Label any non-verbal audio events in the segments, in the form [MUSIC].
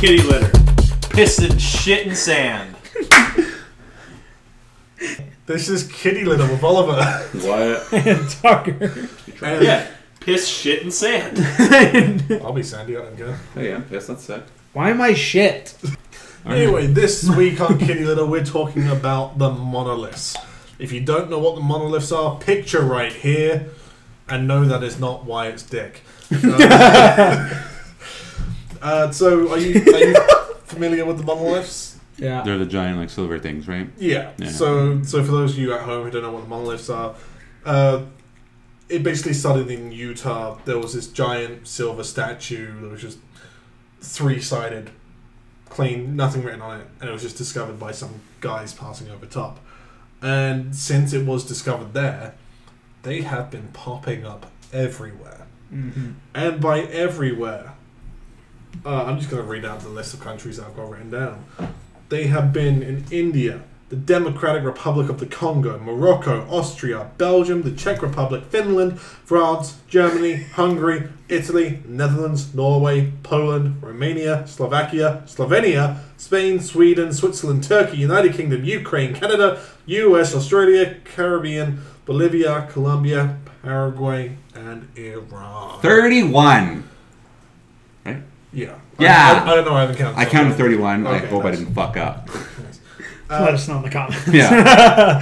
kitty litter, piss and shit and sand. This is kitty litter with Oliver. Wyatt. and Tucker. [LAUGHS] And Yeah, piss, shit, and sand. I'll be Sandy. I don't care. Hey, Oh, yeah, yes, that's it. Why am I shit? Anyway, this week on Kitty Litter, we're talking about the monoliths. If you don't know what the monoliths are, picture right here, and know that is not why it's dick. Uh, [LAUGHS] uh, so, are you, are you familiar with the monoliths? Yeah. They're the giant, like, silver things, right? Yeah. Yeah. So, so for those of you at home who don't know what the monoliths are, uh, it basically started in Utah. There was this giant silver statue that was just three sided, clean, nothing written on it, and it was just discovered by some guys passing over top. And since it was discovered there, they have been popping up everywhere. Mhm. And by everywhere, uh, I'm just going to read out the list of countries that I've got written down. They have been in India, the Democratic Republic of the Congo, Morocco, Austria, Belgium, the Czech Republic, Finland, France, Germany, Hungary, Italy, Netherlands, Norway, Poland, Romania, Slovakia, Slovenia, Spain, Sweden, Switzerland, Turkey, United Kingdom, Ukraine, Canada, US, Australia, Caribbean, Bolivia, Colombia, Paraguay, and Iran. 31! Right? Yeah. Yeah. I, I, I don't know. I haven't counted. I counted 31. I Okay, hope nice. I didn't [LAUGHS] fuck up. Uh, Let us know in the comments. Yeah.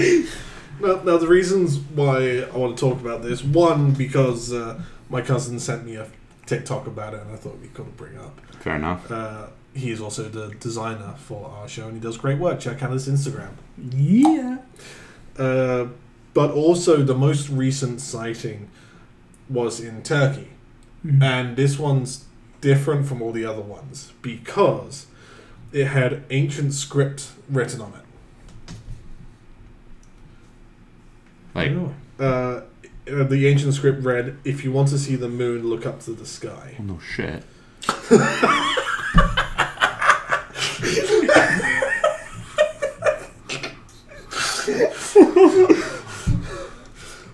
Now, now the reasons why I want to talk about this one because uh, my cousin sent me a TikTok about it, and I thought we could bring it up. Fair enough. Uh, he is also the designer for our show, and he does great work. Check out his Instagram. yeah. Uh, but also, the most recent sighting was in Turkey. Mhm. And this one's different from all the other ones because it had ancient script written on it. Like, Oh. uh, the ancient script read, "If you want to see the moon, look up to the sky." oh, no shit.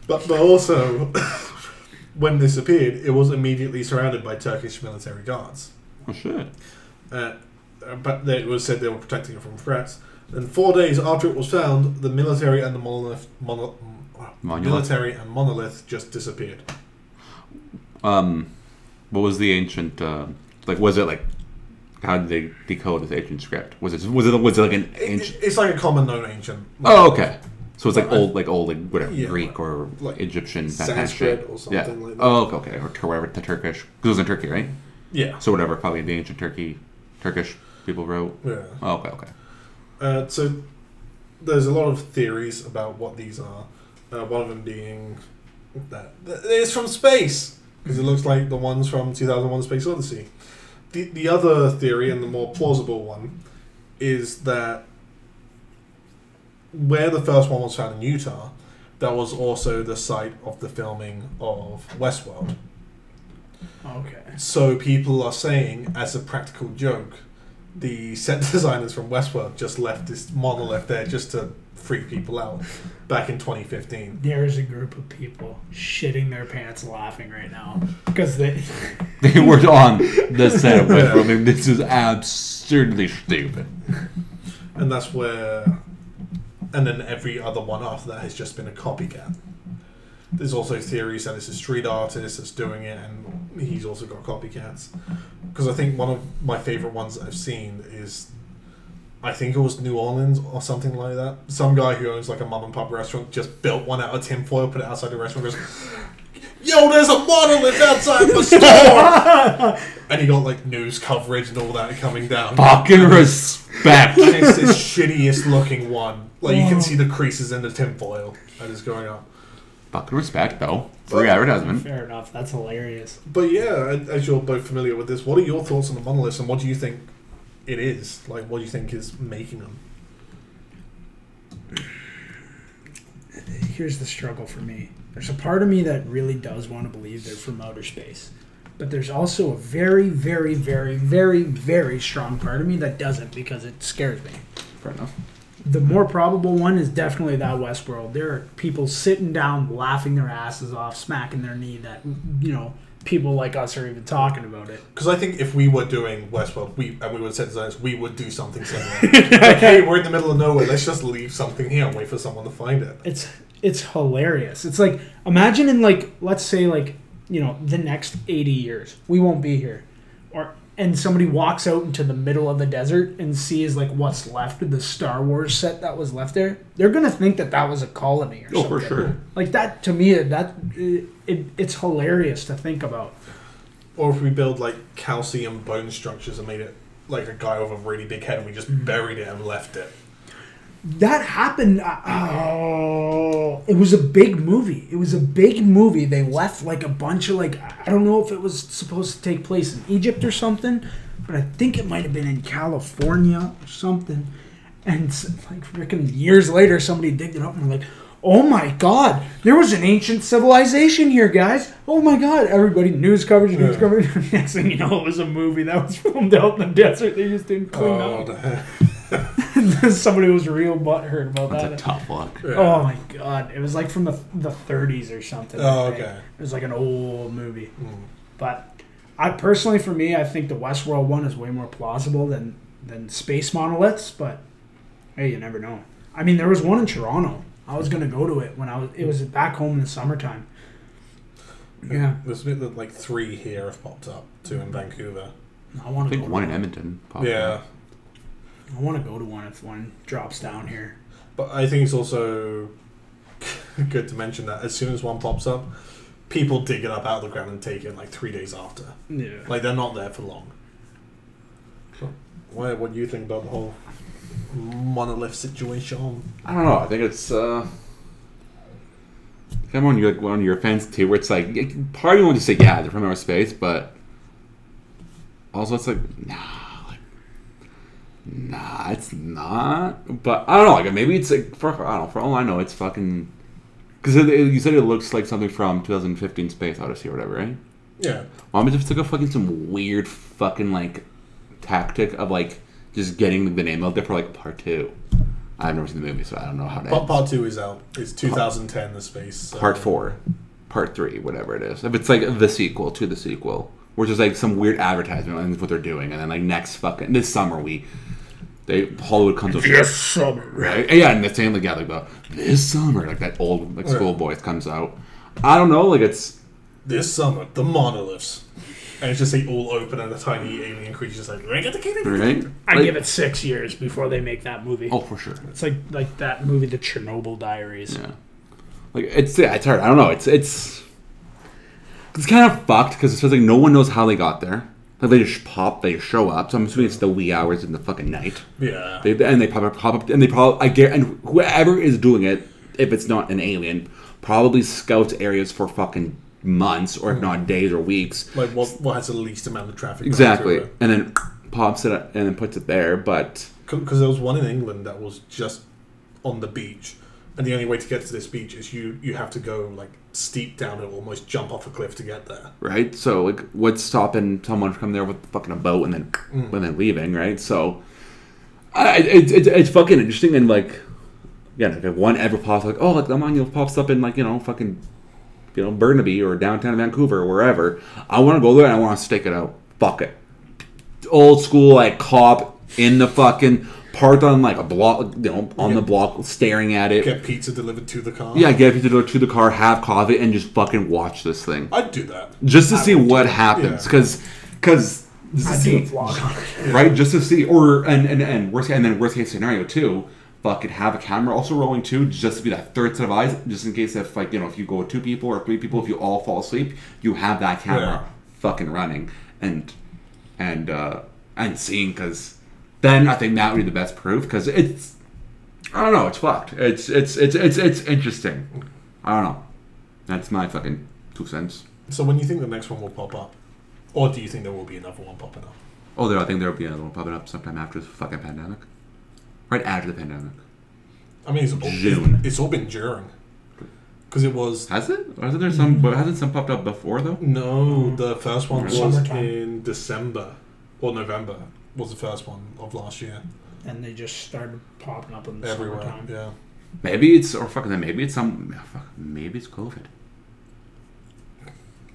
But but also, [LAUGHS] when this appeared, it was immediately surrounded by Turkish military guards. Oh, shit. Uh, but it was said they were protecting it from threats. And four days after it was found, the military and the monolith, mono, Monolith. military and monolith just disappeared. Um, what was the ancient? Uh, like, was it like? How did they decode this ancient script? Was it was it was it like an It- ancient? it's like a common known ancient. Oh, okay. So it's like old, like old, like whatever Yeah, Greek or like Egyptian, that kind of Sanskrit shit. or something yeah. like that. Oh, okay, okay, or to wherever the Turkish. 'cause it was in Turkey, right? Yeah. So whatever, probably the ancient Turkey, Turkish people wrote. Yeah. Oh, okay, [LAUGHS] okay. Uh, so there's a lot of theories about what these are. Uh, one of them being that that it's from space because it looks like the ones from 2001: Space Odyssey. The the other theory and the more plausible one is that where the first one was found in Utah, that was also the site of the filming of Westworld. Okay. So people are saying, as a practical joke, the set [LAUGHS] designers from Westworld just left this monolith there just to freak people out back in 2015. There is a group of people shitting their pants laughing right now because they [LAUGHS] They were on the set of Westworld. I mean, this is absurdly stupid. And that's where. And then every other one after that has just been a copycat. There's also theories that it's a street artist that's doing it, and he's also got copycats. Because I think one of my favorite ones that I've seen is. I think it was New Orleans or something like that. Some guy who owns like a mom and pop restaurant just built one out of tinfoil, put it outside the restaurant, goes, Yo, there's a monolith outside the store! and he got like news coverage and all that coming down. Fucking respect. And it's this shittiest looking one. Like you can see the creases in the tinfoil that is going up. Fucking respect, though. Free advertisement. Fair enough. That's hilarious. But yeah, a- as you're both familiar with this, what are your thoughts on the monoliths and what do you think it is? Like, what do you think is making them? Here's the struggle for me. There's a part of me that really does want to believe they're from outer space. But there's also a very, very, very, very, very strong part of me that doesn't because it scares me. Fair enough. The more probable one is definitely that Westworld. There are people sitting down, laughing their asses off, smacking their knee that, you know, people like us are even talking about it. Because I think if we were doing Westworld, we and we would set zones, we would do something similar. [LAUGHS] like, hey, we're in the middle of nowhere. Let's just leave something here and wait for someone to find it. It's it's hilarious. It's like imagine in like let's say like you know the next eighty years we won't be here, or and somebody walks out into the middle of the desert and sees like what's left of the Star Wars set that was left there. They're gonna think that that was a colony or Oh, something. for sure. Like that to me that it, it, it's hilarious to think about. Or if we build like calcium bone structures and made it like a guy with a really big head, and we Mm. just buried it and left it. that happened. uh, Oh, it was a big movie. It was a big movie. They left like a bunch of like I don't know if it was supposed to take place in Egypt or something, but I think it might have been in California or something. And s- like freaking years later, somebody digged it up and were like, "Oh my god, there was an ancient civilization here, guys! Oh my god!" Everybody news coverage, news Yeah. coverage. [LAUGHS] Next thing you know, it was a movie that was [LAUGHS] filmed out in the desert. They just didn't clean Oh, up. [LAUGHS] the heck. Somebody was real butthurt about That's that. a tough look. Oh my god! It was like from the the 30s or something. I Oh, think. okay. It was like an old movie. But I personally, for me, I think the Westworld one is way more plausible than than space monoliths. But hey, you never know. I mean, there was one in Toronto. I was gonna go to it when I was. It was back home in the summertime. Yeah, There's been like three here have popped up, two in Vancouver. I I want to go. think To one in one. Edmonton. popped Yeah, up. I want to go to one if one drops down here. but I think it's also [LAUGHS] good to mention that as soon as one pops up, people dig it up out of the ground and take it like three days after. Yeah. Like they're not there for long. What, what do you think about the whole monolith situation? I don't know. I think it's. uh Come on, you like one of your fans too, where it's like y- part of you want to say, yeah, they're from outer space, but also it's like, nah, like, nah, it's not. But I don't know, like maybe it's like for I don't know. For all I know, it's fucking because it, it- you said it looks like something from 2015 Space Odyssey or whatever, right? Yeah, Mom just took a fucking some weird fucking like tactic of like just getting the name out there for like part two. I've never seen the movie, so I don't know how to. part, part two is out. It's 2010, the space. so- part four, part three, whatever it is. If it's like the sequel to the sequel, which is like some weird advertisement, and that's what they're doing. And then like next fucking this summer, we they Hollywood comes up. summer. Right? Yeah, and the same like yeah, like about this summer, like that old like schoolboys comes out. I don't know, like it's This summer, the monoliths. And it's just they all open and the tiny alien creatures like, "Ring it, the kid, ring it." right. I Like- give it six years before they make that movie. Oh, for sure. It's like like that movie, The Chernobyl Diaries. Yeah. Like it's yeah, it's hard. I don't know. It's it's it's kind of fucked because it's just like no one knows how they got there. Like they just pop, they show up. So I'm assuming it's the wee hours in the fucking night. Yeah. They and they pop up, pop up, and they probably I guarantee and whoever is doing it, if it's not an alien, probably scouts areas for fucking months or if not days or weeks. Like what, what has the least amount of traffic? Exactly, and then pops it up and then puts it there. But Because there was one in England that was just on the beach, and the only way to get to this beach is you you have to go like steep down and almost jump off a cliff to get there. right? So like, what's stopping someone from there with fucking a boat and then and then leaving, right? So, I, it, it, it's fucking interesting and like, yeah, like if one ever pops like, oh, like the monument pops up in like you know fucking, you know Burnaby or downtown Vancouver or wherever. I want to go there and I want to stake it out. Fuck it, old school like cop in the fucking parked on like a block, you know, on the block staring at it. Get pizza delivered to the car. Yeah, get people to go to the car, have coffee, and just fucking watch this thing I'd do that. just to see what happens Yeah. because because just to do a see vlog on right just to see or and and, and worst and then worst case scenario too fucking have a camera also rolling too just to be that third set of eyes just in case if like you know if you go with two people or three people if you all fall asleep you have that camera Yeah. fucking running and and uh and seeing because then I think that would be the best proof because it's I don't know it's fucked it's it's it's it's it's interesting I don't know that's my fucking two cents. So when you think the next one will pop up, or do you think there will be another one popping up? Oh, there, I think there will be another one popping up sometime after this fucking pandemic. Right after the pandemic. I mean, it's all, June. It's all been during. Because it was Has it? Or isn't there some, but hasn't some popped up before, though? no, the first one was Summertime. in December or November was the first one of last year And they just started popping up in the everywhere. summertime. Yeah, oh, Maybe it's, or fucking, maybe it's some, fuck, maybe it's COVID.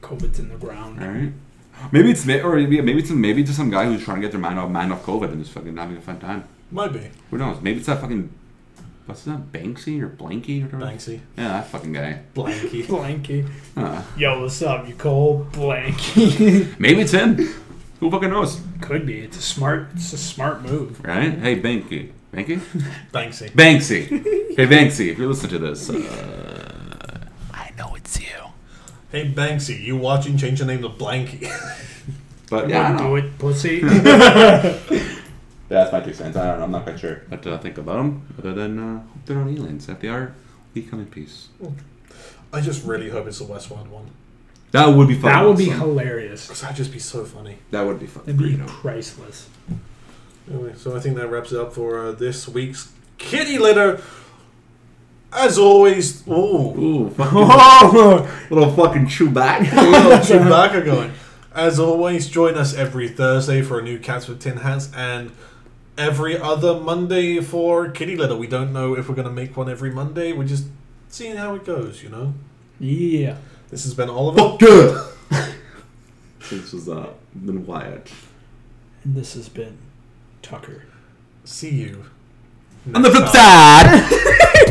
COVID's in the ground. All right. Maybe it's ma- or maybe maybe it's maybe just some guy who's trying to get their mind off mind off COVID and just fucking having a fun time. Might be. Who knows? Maybe it's that fucking what's that Banksy or Blanky or whatever. Banksy. Yeah, that fucking guy. Blanky. [LAUGHS] Blanky. Huh. Yo, what's up? You cold? Blanky. [LAUGHS] Maybe it's him. Who fucking knows? Could be. It's a smart. It's a smart move. Right? Hey, Banky. Banky? Banksy. Banksy. Hey, Banksy, if you listen to this, uh, I know it's you. Hey Banksy, you watching change your name to Blanky. [LAUGHS] But yeah, I don't do know. it, [LAUGHS] pussy. That's my two cents. I don't know. I'm not quite sure what to think about them, other than uh, hope they're not aliens. If they are, we come in peace. I just really hope it's the Westworld one. That would be fun. that would be hilarious. Because that'd just be so funny. That would be fun. It'd be priceless. Anyway, so I think that wraps it up for uh, this week's kitty litter. As always, ooh, Ooh, Oh, little fucking [LAUGHS] [LAUGHS] Chewbacca. little Chewbacca going. As always, join us every Thursday for a new Cats with Tin Hats and every other Monday for kitty litter. We don't know if we're going to make one every Monday. We're just seeing how it goes, you know? yeah. This has been Oliver. Good. this was uh, been Wyatt. And this has been Tucker. See you. On the next flip time. side. [LAUGHS]